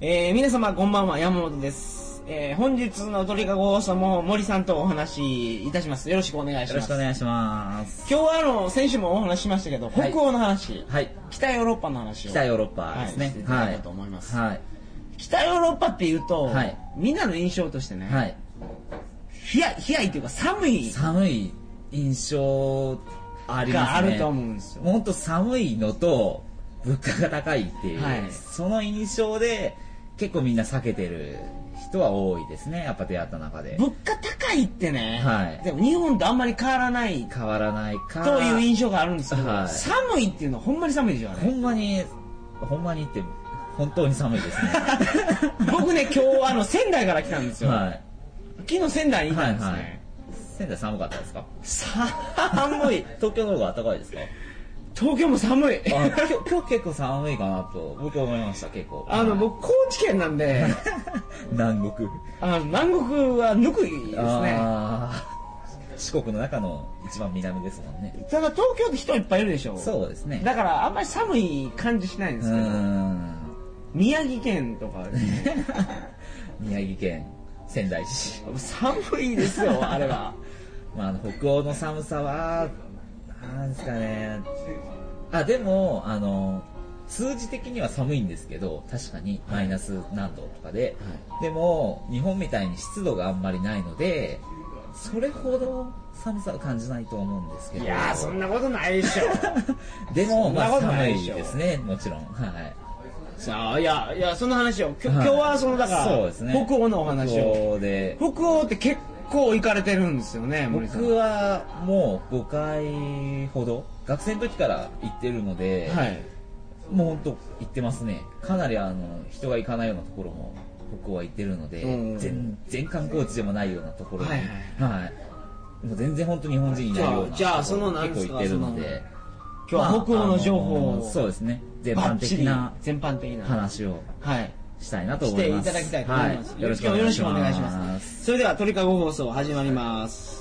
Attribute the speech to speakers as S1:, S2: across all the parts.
S1: えー、皆様こんばんは、山本です。えー、本日の鳥かご放送も森さんとお話しいたします。よろしくお願いしま
S2: よろ
S1: す。
S2: しくお願いします。
S1: 今日はあの、先週もお話ししましたけど、
S2: はい
S1: 北欧の話、
S2: はい。
S1: 北ヨーロッパの話を。
S2: 北ヨーロッパですね
S1: はいしてい。ただ
S2: は
S1: け
S2: い。
S1: たと思います
S2: はい。
S1: 北ヨーロッパっていうと、
S2: はい
S1: みんなの印象としてね、
S2: はい。
S1: 冷や、冷やいっていうか寒い
S2: 寒い印象あり
S1: が
S2: ま
S1: あ
S2: すね。
S1: ると思うんですよ。
S2: もっと寒いのと物価が高いっていう、
S1: はい
S2: その印象で結構みんな避けてる人は多いですねやっぱ出会った中で
S1: 物価高いってね、
S2: はい
S1: でも日本とあんまり変わらない
S2: 変わらないか
S1: という印象があるんですけど、
S2: はい
S1: 寒いっていうのはほんまに寒いでしょ、あ
S2: ほ
S1: れ。
S2: んまにほんまにって本当に寒い ですね
S1: 僕ね、今日あの、仙台から来たんですよ。
S2: はい
S1: 昨日仙台にいたんですね。
S2: はいはい仙台寒かったですか
S1: 寒い。
S2: 東京の方が暖かいですか
S1: 東京も寒い。
S2: あ今日今日結構寒いかなと僕は思いました結構
S1: あの、僕、高知県なんで、
S2: 南国
S1: あの南国はぬくいですね。
S2: あー四国の中の一番南ですもんね
S1: ただ東京って人いっぱいいるでしょ。
S2: そうですね
S1: だから、あんまり寒い感じしないんです
S2: う
S1: けど、
S2: ーん
S1: 宮城県とかですね、
S2: 宮城県仙台市、
S1: 寒いですよ、あれは。
S2: まあ、あの北欧の寒さはなんですかねあでもあの数字的には寒いんですけど確かにマイナス何度とかで、でも日本みたいに湿度があんまりないのでそれほど寒さは感 じないと思うんですけど
S1: いやー、そんなことないでしょ。
S2: でも、
S1: そんな
S2: ま
S1: こ
S2: あ、
S1: と
S2: 寒
S1: ないで
S2: い
S1: しょ
S2: ですねもちろんはい
S1: さあ、いや、いや、その話を。きょ今
S2: はい
S1: 日は、その、だから、
S2: そうですね
S1: 北欧のお話を。
S2: 北欧で
S1: 北欧って結構行かれてるんですよね、森さん。
S2: 僕はもう5回ほど学生の時から行ってるので、
S1: はい。
S2: もう本当行ってますねかなりあの人が行かないようなところも北欧は行ってるので、
S1: うん
S2: 全然観光地でもないようなところに
S1: はい
S2: はいもう全然本当日本人いないような
S1: じゃあじゃ
S2: ところ
S1: あそのなんです
S2: 結
S1: か
S2: 構行ってるので
S1: 今日は北欧の情報
S2: まああの
S1: を、
S2: そうですね全
S1: バッ
S2: 般
S1: チ
S2: 的
S1: リ
S2: な
S1: 全般的な。
S2: 話を
S1: はい。
S2: したいなと
S1: し
S2: 思
S1: て
S2: い
S1: い
S2: ます
S1: ただきたいと思います。
S2: はよろしくお願いし
S1: よろ
S2: ます
S1: しくお願いします。それでは、鳥かご放送始まります。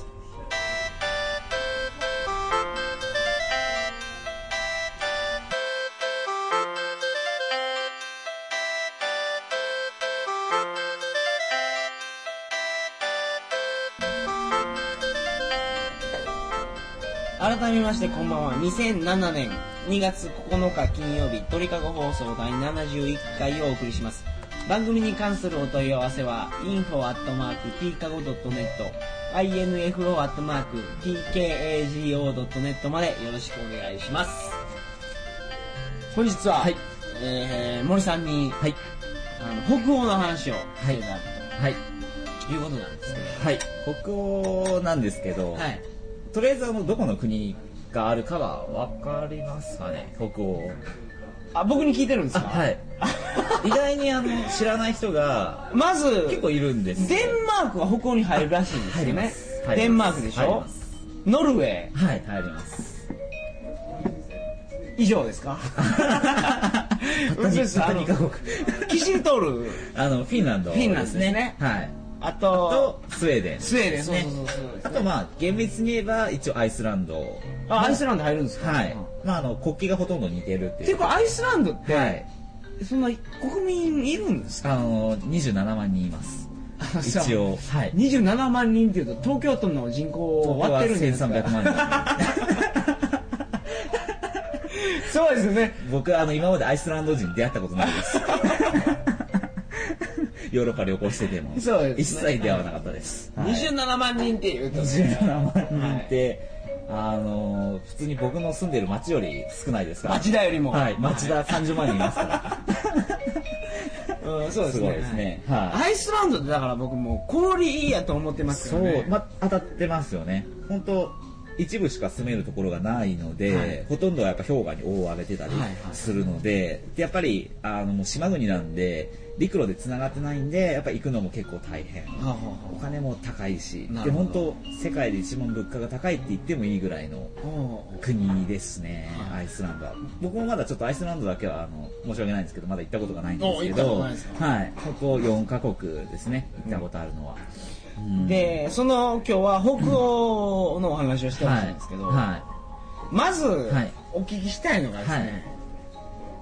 S1: 改めましてこんばんは2007年2月9日金曜日鳥かご放送第71回をお送りします番組に関するお問い合わせは info.tkago.net info.tkago.net までよろしくお願いします本日は、
S2: はい
S1: えー森さんに、
S2: はい
S1: あの北欧の話をしていただ
S2: はい
S1: くということなんですけど
S2: はい、北欧なんですけど、
S1: はい
S2: とりあえずあのどこの国があるかは分かりますかね北欧
S1: あ僕に聞いてるんですか
S2: はい意外にあの知らない人が
S1: まず
S2: 結構いるんです
S1: デンマークは北欧に入るらしいんですよ
S2: 入りま
S1: ね
S2: す入ります
S1: デンマークでし
S2: 入り
S1: ょ
S2: ます
S1: ノルウェー
S2: はい入ります
S1: 以上です かう
S2: た
S1: そですあの
S2: にカ国
S1: キシリトー ル
S2: あのフィンランド
S1: フィンランドですね
S2: はい
S1: あと
S2: とスウェーデン
S1: スウェーデン
S2: ですね
S1: そうそうそうそう
S2: あとまあ厳密に言えば一応アイスランド
S1: あアイスランド入るんですか
S2: はい
S1: うんっ
S2: まああの国旗がほとんど似てるって
S1: て
S2: い
S1: いううかアイスランドって
S2: はい
S1: そんな国民いるんですか
S2: あの27万人います一応はい
S1: 27万人っていうと東京都の人口を割ってるんですか
S2: 東京は1300万
S1: そうですよね
S2: 僕あの今までアイスランド人に出会ったことないです ヨーロッパ旅行してても
S1: そうですね
S2: 一切出会わなかったです、はい
S1: 27万人っていうと
S2: 27万人って、あの普通に僕の住んでる町より少ないですから
S1: 町田よりも
S2: はい町田30万人いますから
S1: うんそうです
S2: す
S1: ね
S2: ごいですねはい
S1: アイスランドってだから僕もう氷いいやと思ってます
S2: そ
S1: よね
S2: う、ま、当たってますよね本当一部しか住めるところがないので、
S1: はい
S2: ほとんどはやっぱ氷河に覆われてたり
S1: はいはい
S2: するので,、でやっぱりあのもう島国なんで陸路でつながってないんでやっぱ行くのも結構大変
S1: はあはあはあ
S2: お金も高いし
S1: な
S2: で
S1: るほ
S2: 本
S1: ど
S2: 当世界で一番物価が高いって言ってもいいぐらいの国ですねアイスランドは僕もまだちょっとアイスランドだけはあの申し訳ないんですけどまだ行ったことがないんですけ
S1: お行ったこと
S2: ど
S1: ないです
S2: はいここ4カ国ですね行ったことあるのは、うん
S1: でその今日は北欧のお話をしてほしいんですけど、
S2: はい
S1: まず
S2: はい
S1: お聞きしたいのがですね、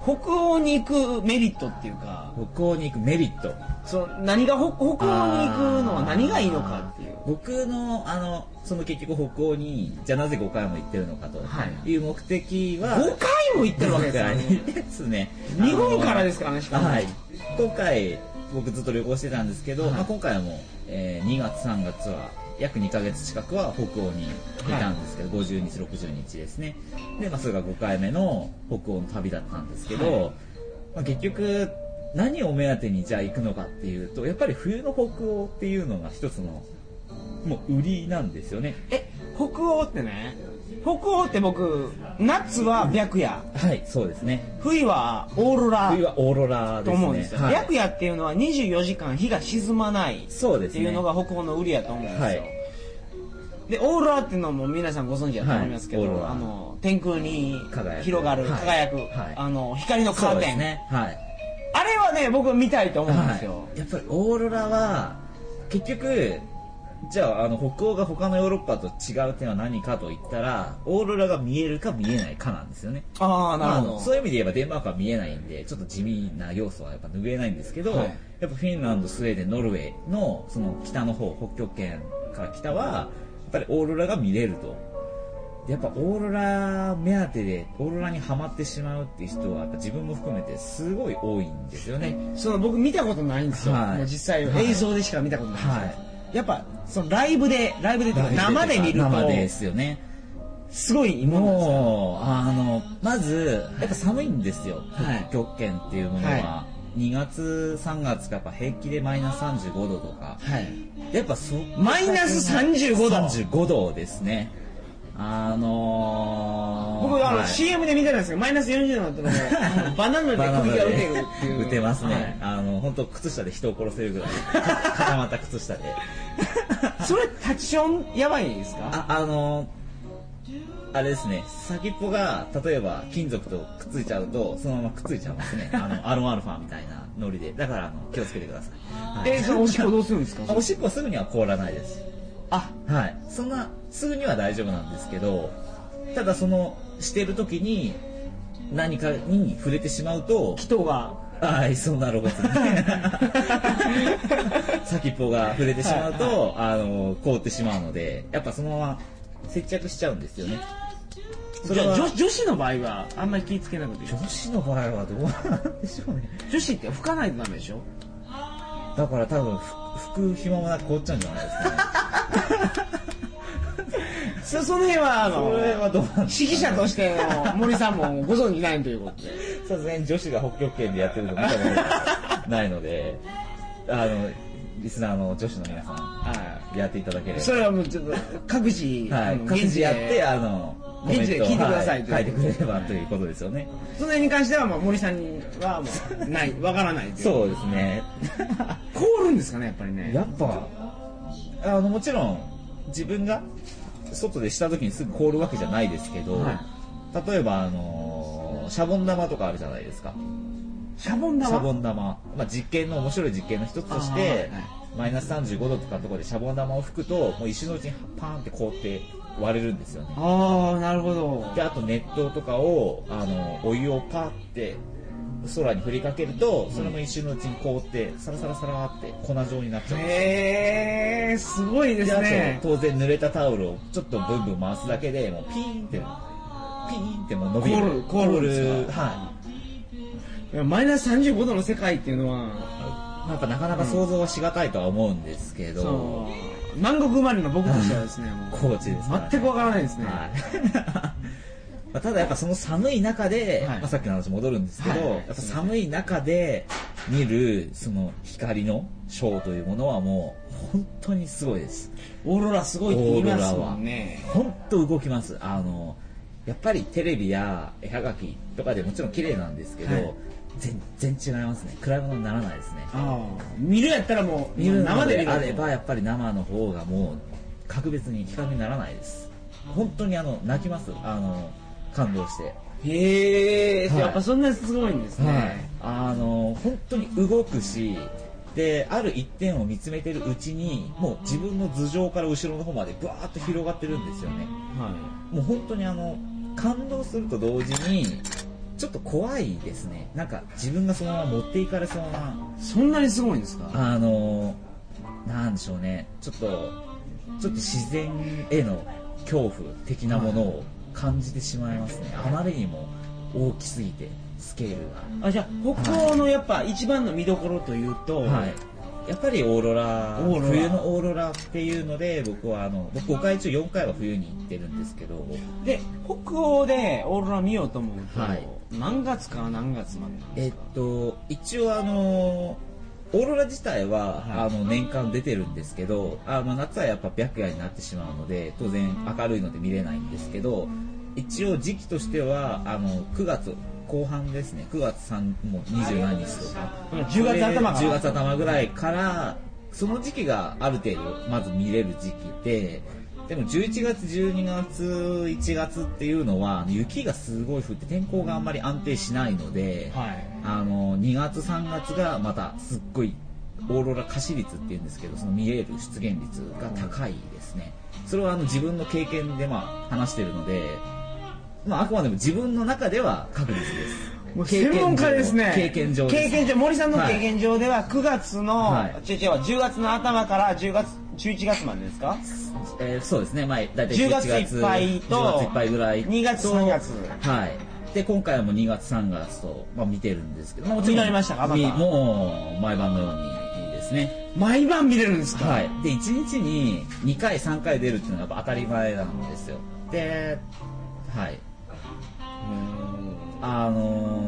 S1: 北欧に行くメリットっていうか
S2: 北欧に行くメリット
S1: その何が北北欧に行くのは何がいいのかっていう
S2: あー僕のあのその結局北欧にじゃあなぜ5回も行ってるのかと
S1: はい
S2: いう目的は、
S1: 5回も行ってるわけですよね
S2: 5回です ね
S1: 日本からですからねしかも
S2: はい今回僕ずっと旅行してたんですけど、
S1: はい
S2: まあ、今回はもう、えー2月3月は約2ヶ月近くは北欧にいたんですけど、50日60日ですねで、まあ、それが5回目の北欧の旅だったんですけど、
S1: は
S2: まあ、結局何を目当てにじゃあ行くのかっていうとやっぱり冬の北欧っていうのが一つのもう売りなんですよね
S1: え北欧ってね北欧って僕夏は白夜
S2: はいそうですね
S1: 冬はオーロラ
S2: 冬はオーロラです
S1: と
S2: ね
S1: 思うんですよ、
S2: はい
S1: 白夜っていうのは24時間日が沈まないっ
S2: そうです
S1: て
S2: ね
S1: いうのが北欧の売りやと思うんですよ、
S2: はい
S1: でオーロラっていうのも皆さんご存知だと思いますけど、
S2: はいオーロラ
S1: あの天空に
S2: 輝く
S1: 広がる
S2: はい
S1: 輝く、
S2: はい
S1: あの光のカ
S2: そ
S1: ー
S2: うで
S1: テ
S2: す
S1: ン、
S2: ねはい
S1: あれはね僕見たいと思うんですよ、
S2: はい、やっぱりオーロラは結局じゃああの北欧が他のヨーロッパと違う点は何かと言ったらオーロラが見えるか見えないかなんですよね
S1: ああな
S2: まああ
S1: る
S2: の
S1: ほ
S2: そ
S1: ど、
S2: ういう意味で言えばデンマークは見えないんでちょっと地味な要素はやっぱ拭えないんですけど、
S1: はい
S2: やっぱフィンランドスウェーデンノルウェーのその北の方北極圏から北はやっぱりオーロラが見れるとでやっぱオーロラ目当てでオーロラにはまってしまうっていう人はやっぱ自分も含めてすごい多いんですよね、
S1: その僕見たことないんですよ、
S2: はい
S1: もう実際は
S2: はい
S1: 映像でしか見たことないんですよ、
S2: はい
S1: やっぱそのライブでライブでというか生で見ると
S2: 生ですよね
S1: すごいものなんですよ
S2: もうあのまずやっぱ寒いんですよ、
S1: はい
S2: 北極圏っていうものは、
S1: は
S2: 2月3月がやっぱ平気でマイナス35度とか
S1: はい
S2: やっぱそ
S1: マイナス35度
S2: 35度ですねあのー、
S1: 僕あの、
S2: はい
S1: CM で見てたんですけどマイナス40度だったのでバナナで
S2: バナナ
S1: 首が打て
S2: で
S1: るっていう
S2: 打てますね、
S1: はい
S2: あの本当靴下で人を殺せるぐらい固まった靴下で
S1: それタッチションやばいんですか
S2: ああのあれですね先っぽが例えば金属とくっついちゃうとそのままくっついちゃいますね あのアロンアルファみたいなノリでだからあの気をつけてください、はい
S1: えそのおしっこどうするんです
S2: あ
S1: か
S2: おしっこはすぐには凍らないです
S1: あ
S2: はいそんなすぐには大丈夫なんですけどただそのしてる時に何かに触れてしまうと
S1: 人が
S2: はい、そんなロ ボットね先っぽが触れてしまうと、あの凍ってしまうのでやっぱそのまま接着しちゃうんですよねそ
S1: じ
S2: れ
S1: ゃ
S2: は
S1: あ女女子の場合はあんまり気ぃつけなくていい
S2: 女子の場合はどうなんでしょうね
S1: 女子って拭かないとダメでしょ
S2: だから多分服服暇もなく凍っちゃうんじゃないですかね
S1: そその辺はあの
S2: それはどうなんですか
S1: 指揮者としての森さんもご存じないということで
S2: さすがに女子が北極圏でやってると見たことないのであのリスナーの女子の皆さ
S1: は
S2: んやっていただけれ
S1: い
S2: ば
S1: それはもうちょっと各自、
S2: は
S1: あ
S2: い
S1: の、
S2: 各自やって、あの、コメン
S1: 現地で
S2: トを
S1: 聞いてくださいと
S2: は書い
S1: いう
S2: てくれればということですよね。
S1: その辺に関しては、まあ、森さんにはもうない わからないという
S2: そうですね。
S1: 凍るんですかねやっぱりね
S2: やっぱ、あの、もちろん、自分が外でした時にすぐ凍るわけじゃないですけど、
S1: は
S2: 例えば、あの、シャボン玉とかあるじゃないですか。
S1: シャボン
S2: シ
S1: 玉
S2: ャボン玉。まあ、実験の、面白い実験の一つとし
S1: あーはい
S2: て、マイナス35度とかのところでシャボン玉を吹くと、もう一瞬のうちにパーンって凍って割れるんですよね。
S1: ああなるほど
S2: であと熱湯とかをあのお湯をパーって空に振りかけるとそれも一瞬のうちに凍ってサラサラサラって粉状になっちゃうんです
S1: へえすごいで
S2: です
S1: ね
S2: あと当然濡れたタオルをちょっとブンブン回すだけでもうピーンってピーンってもう伸びる
S1: 凍る凍るんですか
S2: はい
S1: やマイナス35度の世界っていうのはい
S2: やっぱなかなか想像はしがたいとは思うんですけど、
S1: そう南国生まれの僕としてはですねもう
S2: 高知ですからね
S1: 全くわからないですね、
S2: はい まあただやっぱその寒い中で、
S1: はい
S2: まあ、さっきの話戻るんですけど、
S1: はいはい
S2: やっぱ寒い中で見るその光のショーというものはもう本当にすごいです
S1: オーロラすごいって言いますもんね
S2: 本当動きますあのやっぱりテレビや絵はがきとかでもちろん綺麗なんですけど、
S1: はい
S2: 全然違いますね暗いものにならないですね
S1: ああ見るやったらもう
S2: 見る
S1: 生
S2: 生
S1: で見
S2: で
S1: る
S2: あればやっぱり生の方がもう格別に比較にならないです本当にあの泣きますあの感動して
S1: へえ、
S2: はい
S1: やっぱそんなすごいんですね、
S2: あの本当に動くしである一点を見つめてるうちにもう自分の頭上から後ろの方までブワーッと広がってるんですよね
S1: は
S2: もう本当にあの感動すると同時にちょっと怖いですねなんか自分がそのまま持っていかれそうな
S1: そんなにすごいんですか
S2: あのなんでしょうねちょっとちょっと自然への恐怖的なものを感じてしまいますねあまりにも大きすぎてスケールが
S1: あじゃあ北欧のやっぱ一番の見どころというと、
S2: はい、やっぱりオーロラ
S1: オーロラ
S2: 冬のオーロラっていうので僕はあの僕5回中4回は冬に行ってるんですけど
S1: で北欧でオーロラ見ようと思うと、
S2: はい
S1: 何月から何月までなんで
S2: え
S1: す
S2: っ
S1: か、
S2: と一応あのオーロラ自体は、あの年間出てるんですけどあの夏はやっぱ白夜になってしまうので当然明るいので見れないんですけど一応時期としてはあの9月後半ですね9月3もう20何日とか
S1: うん10月頭か
S2: 10
S1: ら
S2: 月頭ぐらいからその時期がある程度まず見れる時期ででも11月12月1月っていうのは雪がすごい降って天候があんまり安定しないので、
S1: はい
S2: あの2月3月がまたすっごいオーロラ可視率っていうんですけどその見える出現率が高いですねそれはあの自分の経験でまあ話してるので、まあ、あくまでも自分の中では確率です
S1: もう専門家ですね
S2: 経験上です
S1: 経験上森さんの
S2: はい
S1: 経験上では9月の、
S2: はい
S1: 違う違う10月の頭から10月11月までですか
S2: えーそうですね、まあ、大体
S1: 10月いっぱいと
S2: 10月いっぱいぐらいと
S1: 2月3月
S2: はいで今回も2月3月と、まあ、見てるんですけど、まあ、もちろん
S1: 見られましたかまた
S2: みもう毎晩のようにですね
S1: 毎晩見れるんですか、
S2: はいで1日に2回3回出るっていうのはやっぱ当たり前なんですよではいあの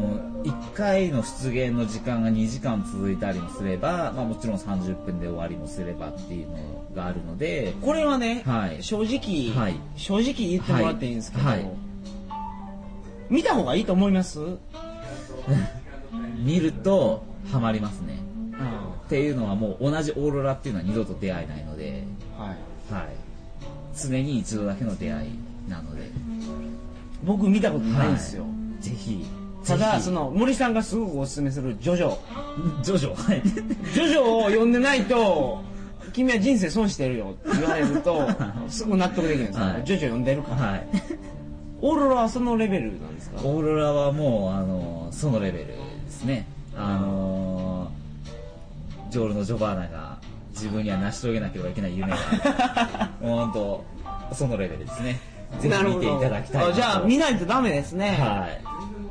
S2: ー、1回の出現の時間が2時間続いたりもすれば、まあ、もちろん30分で終わりもすればっていうのがあるので
S1: これはね、
S2: はい
S1: 正直、
S2: はい
S1: 正直言ってもらっていいんですけど、
S2: はいはい
S1: 見た方がいいと思います、
S2: 見るとハマりますねっていうのはもう同じオーロラっていうのは二度と出会えないので、
S1: はい、
S2: はい、常に一度だけの出会いなので、
S1: 僕見たことないんですよ、
S2: はいぜひ
S1: た
S2: ぜ
S1: だ
S2: ひ
S1: その森さんがすごくおすすめするジョジョ
S2: ジョジョはい
S1: ジョジョを読んでないと君は人生損してるよって言われる とすぐ納得できるんですよ、
S2: はい
S1: ジョジョ読んでるから、
S2: はい
S1: オーロラはそのレベルなんですか
S2: オーロラはもうあのそのレベルですねあのジョールのジョバーナが自分には成し遂げなければいけない夢があるもう本当そのレベルですねぜひ見ていただきたいな
S1: あ
S2: と
S1: じゃあ見ないとダメですね、
S2: は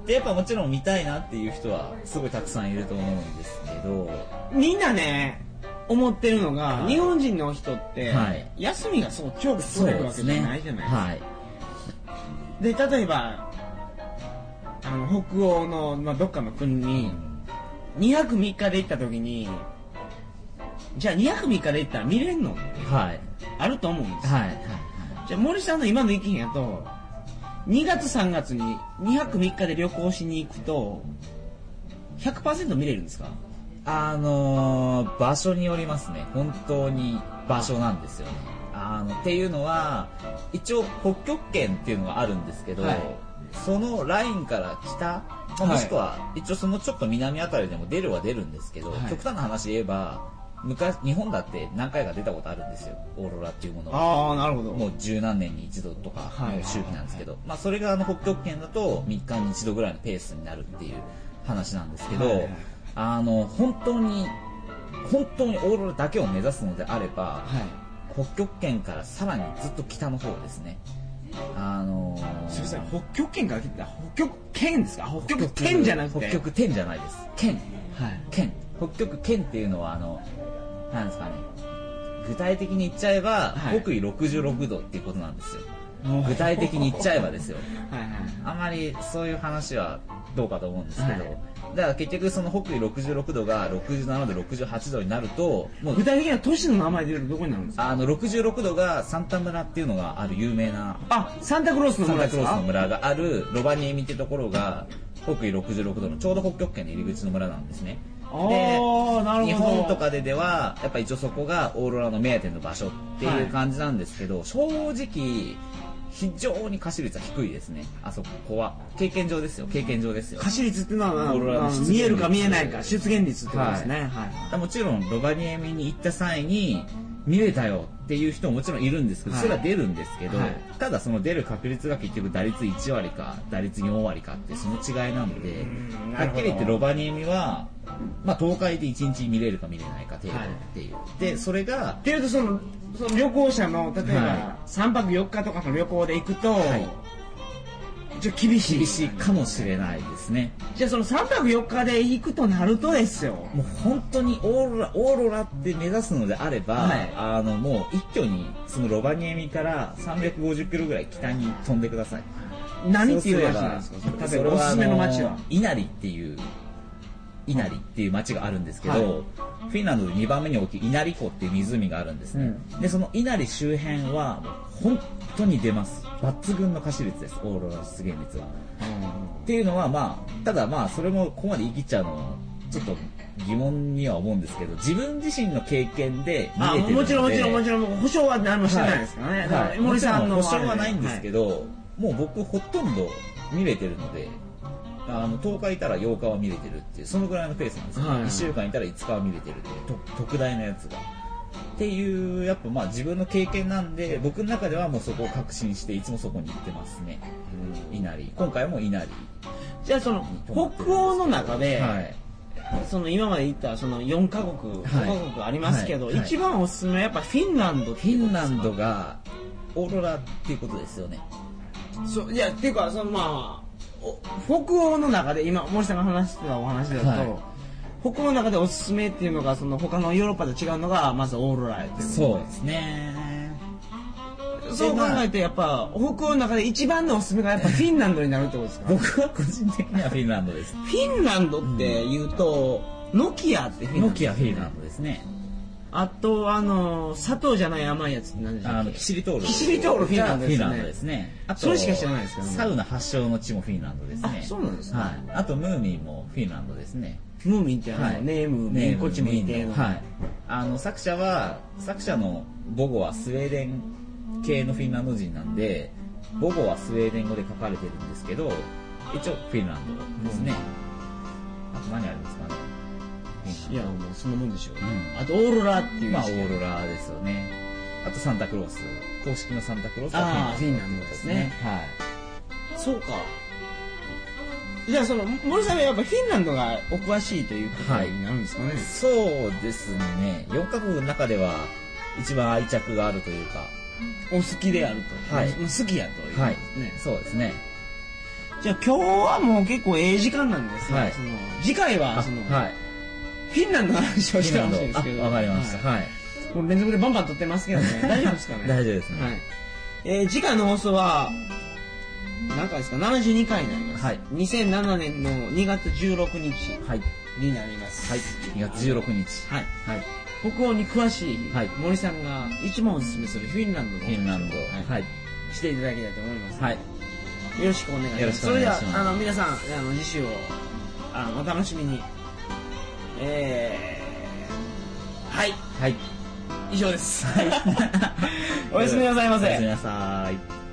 S2: い。で、やっぱもちろん見たいなっていう人はすごいたくさんいると思うんですけど、
S1: みんなね思ってるのが、
S2: はい
S1: 日本人の人って、
S2: はい
S1: 休みがそう長期取れるわけじゃないじゃないですか
S2: はい。
S1: で例えばあの北欧の、まあ、どっかの国に2泊3日で行った時にじゃあ2泊3日で行ったら見れんの
S2: はい。
S1: あると思うんですよ
S2: はい。はい。
S1: じゃあ森さんの今の意見やと2月3月に2泊3日で旅行しに行くと100%見れるんですか
S2: あのー場所によりますね。本当に場所なんですよね。あの、っていうのは、一応北極圏っていうのがあるんですけど、
S1: はい
S2: そのラインから北、まあ
S1: はい
S2: もしくは、一応そのちょっと南あたりでも出るは出るんですけど、
S1: はい
S2: 極端な話言えば、昔、日本だって何回か出たことあるんですよ。オーロラっていうものは。
S1: ああなるほど
S2: もう十何年に一度とか
S1: はい
S2: の周期なんですけど、まあ、それがあの北極圏だと3日に一度ぐらいのペースになるっていう話なんですけど、
S1: はいはい
S2: あの本当に本当にオーロラだけを目指すのであれば、
S1: はい
S2: 北極圏からさらにずっと北の方ですねあのー
S1: すみません北極圏から来てた北極圏ですか北極圏じゃなくて
S2: 北極点じゃないです圏
S1: はい
S2: 県北極圏っていうのはあのなんですかね具体的に言っちゃえば、
S1: はい
S2: 北緯66度っていうことなんですよ
S1: おー
S2: 具体的に言っちゃえばですよ
S1: はいはい
S2: あまりそういう話はどうかと思うんですけど、
S1: はい
S2: だから結局その北緯66度が67度68度になるともう
S1: 具体的な都市の名前で言うとどこになるんですか
S2: あの66度がサンタ村っていうのがある有名な
S1: あサンタクロースの
S2: サン
S1: 村
S2: タ
S1: で
S2: ク
S1: す
S2: ロース
S1: か
S2: の村があるロバニエミってところが北緯66度のちょうど北極圏の入り口の村なんですねで
S1: ああなるほど
S2: 日本とかでではやっぱ一応そこがオーロラの目当ての場所っていう感じなんですけど、正直非常に可視率は低いですねあそこは経験上ですよ経験上ですよ
S1: 可視率っていうのは
S2: オーロラの
S1: まあ
S2: 出現率
S1: 見えるか見えないか出現率ってことですねはい
S2: もちろんロバニエミに行った際に見れたよっていう人ももちろんいるんですけど、
S1: はい
S2: それは出るんですけど、
S1: はい
S2: ただその出る確率が結局打率1割か打率4割かってその違いなので
S1: うんな
S2: は
S1: る
S2: っ
S1: ほど
S2: きり言ってロバニエミは、まあ、東海で1日見れるか見れないか程度っていう、でそれが
S1: っていうとそのその旅行者の例えば、
S2: は
S1: 3泊4日とかの旅行で行くと、
S2: はい
S1: ちょっと厳しい
S2: 厳しいかもしれないですね
S1: じゃあその3泊4日で行くとなるとですよ
S2: もう本当にオーロラオーロラって目指すのであれば、
S1: はい
S2: あのもう一挙にそのロバニエミから350キロぐらい北に飛んでください
S1: 何っていう街なんですかそれ例えばおすすめの街は
S2: 稲荷っていう稲荷っていう町があるんですけど、
S1: はい
S2: フィンランドで2番目に大きい稲荷湖っていう湖があるんですね、でその稲荷周辺はもう本当に出ます抜群の可視率ですオーロラ出現率はっていうのはまあただまあそれもここまで言い切っちゃうのもちょっと疑問には思うんですけど自分自身の経験で見れ
S1: あ
S2: てるので
S1: もちろんもちろんもちろん保証は何もしてないですからね、
S2: は
S1: だ
S2: い
S1: から
S2: はい
S1: 森さんの
S2: もちろん保証はないんですけ
S1: ど、
S2: ど、もう僕ほとんど見れてるのであの10日いたら8日は見れてるっていうそのぐらいのペースなんですよ、
S1: はいはい
S2: 1週間いたら5日は見れてるっていうと特大なやつがっていうやっぱまあ自分の経験なんで僕の中ではもうそこを確信していつもそこに行ってますね稲荷今回も稲荷
S1: じゃあその北欧の中で、
S2: はい
S1: その今まで行ったその4カ国、
S2: は
S1: 5
S2: い
S1: カ国ありますけど、
S2: はいはい
S1: 一番おすすめはやっぱフィンランド
S2: フィンランドがオーロラっていうことですよね
S1: そういやっていうかそのまあお北欧の中で今森さんが話してたお話だと、
S2: は
S1: 北欧の中でおすすめっていうのがその他のヨーロッパと違うのがまずオーロラやっていう
S2: そうですね
S1: そう考えてやっぱ北欧の中で一番のおすすめがやっぱフィンランドになるってことですかフ
S2: 僕は個人的にはフィンランドです
S1: ィンランドって言うと、ノキアってフィンラン
S2: ノ
S1: ド
S2: キアフィンランドですね
S1: あとあの砂糖じゃない甘いやつって何でした
S2: あ
S1: っ
S2: の
S1: け
S2: キシリトール
S1: キシリトールフィンランドですね
S2: フィンランドですねあと
S1: それしか知らないですけどね
S2: サウナ発祥の地もフィンランドですね
S1: あそうなんですね
S2: はい、あとムーミンもフィンランドですね
S1: ムーミンってあの、
S2: はい
S1: ネーム
S2: ね
S1: ミンこっち向いての、
S2: はい、あの作者は作者の母語はスウェーデン系のフィンランド人なんで母語はスウェーデン語で書かれてるんですけど一応フィンランドですね、あと何ありますかねフ
S1: い
S2: ィン
S1: や
S2: ラン
S1: もうそんなもんでしょう、
S2: ん
S1: あとオーロラってい
S2: ド
S1: う
S2: まあオーロラですよねあとサンタクロース公式のサンタクロース
S1: あ
S2: は
S1: あ
S2: フ
S1: フ
S2: ィ
S1: ィ
S2: ン
S1: ン
S2: ラ
S1: ラ
S2: ン
S1: ン
S2: ド
S1: ド
S2: で
S1: ですす
S2: ね
S1: ね
S2: はい
S1: そうかじゃあその森さんはやっぱフィンランドがお詳しいということになるんですかね、
S2: そうですね4カ国の中では一番愛着があるというか
S1: お好きであると、
S2: はい
S1: もう好きやという、
S2: はい
S1: ね
S2: そうですね
S1: じゃあ今日はもう結構ええ時間なんですね、
S2: はい
S1: その次回はその、
S2: はい
S1: フィンランドの話をしてほしいんですけど
S2: あわかりました
S1: はい
S2: はい、
S1: これ連続でバンバン撮ってますけどね大丈夫ですかね
S2: 大丈夫ですね
S1: はいえー次回の放送は何回ですか72回になります、
S2: はい
S1: 2007年の2月16日
S2: はい
S1: になります
S2: はい2月16日
S1: はい
S2: はい
S1: 北欧に詳しい
S2: はい
S1: 森さんが一番おすすめするフィンランドの
S2: フィンランド
S1: は
S2: はいい
S1: していただきたいと思います、
S2: はい
S1: よろしくお願いします
S2: よろしくお願いします
S1: それではあの皆さんあの次週をあのお楽しみにえー、はい
S2: はい
S1: 以上です おやすみなさいませ
S2: おやすみなさい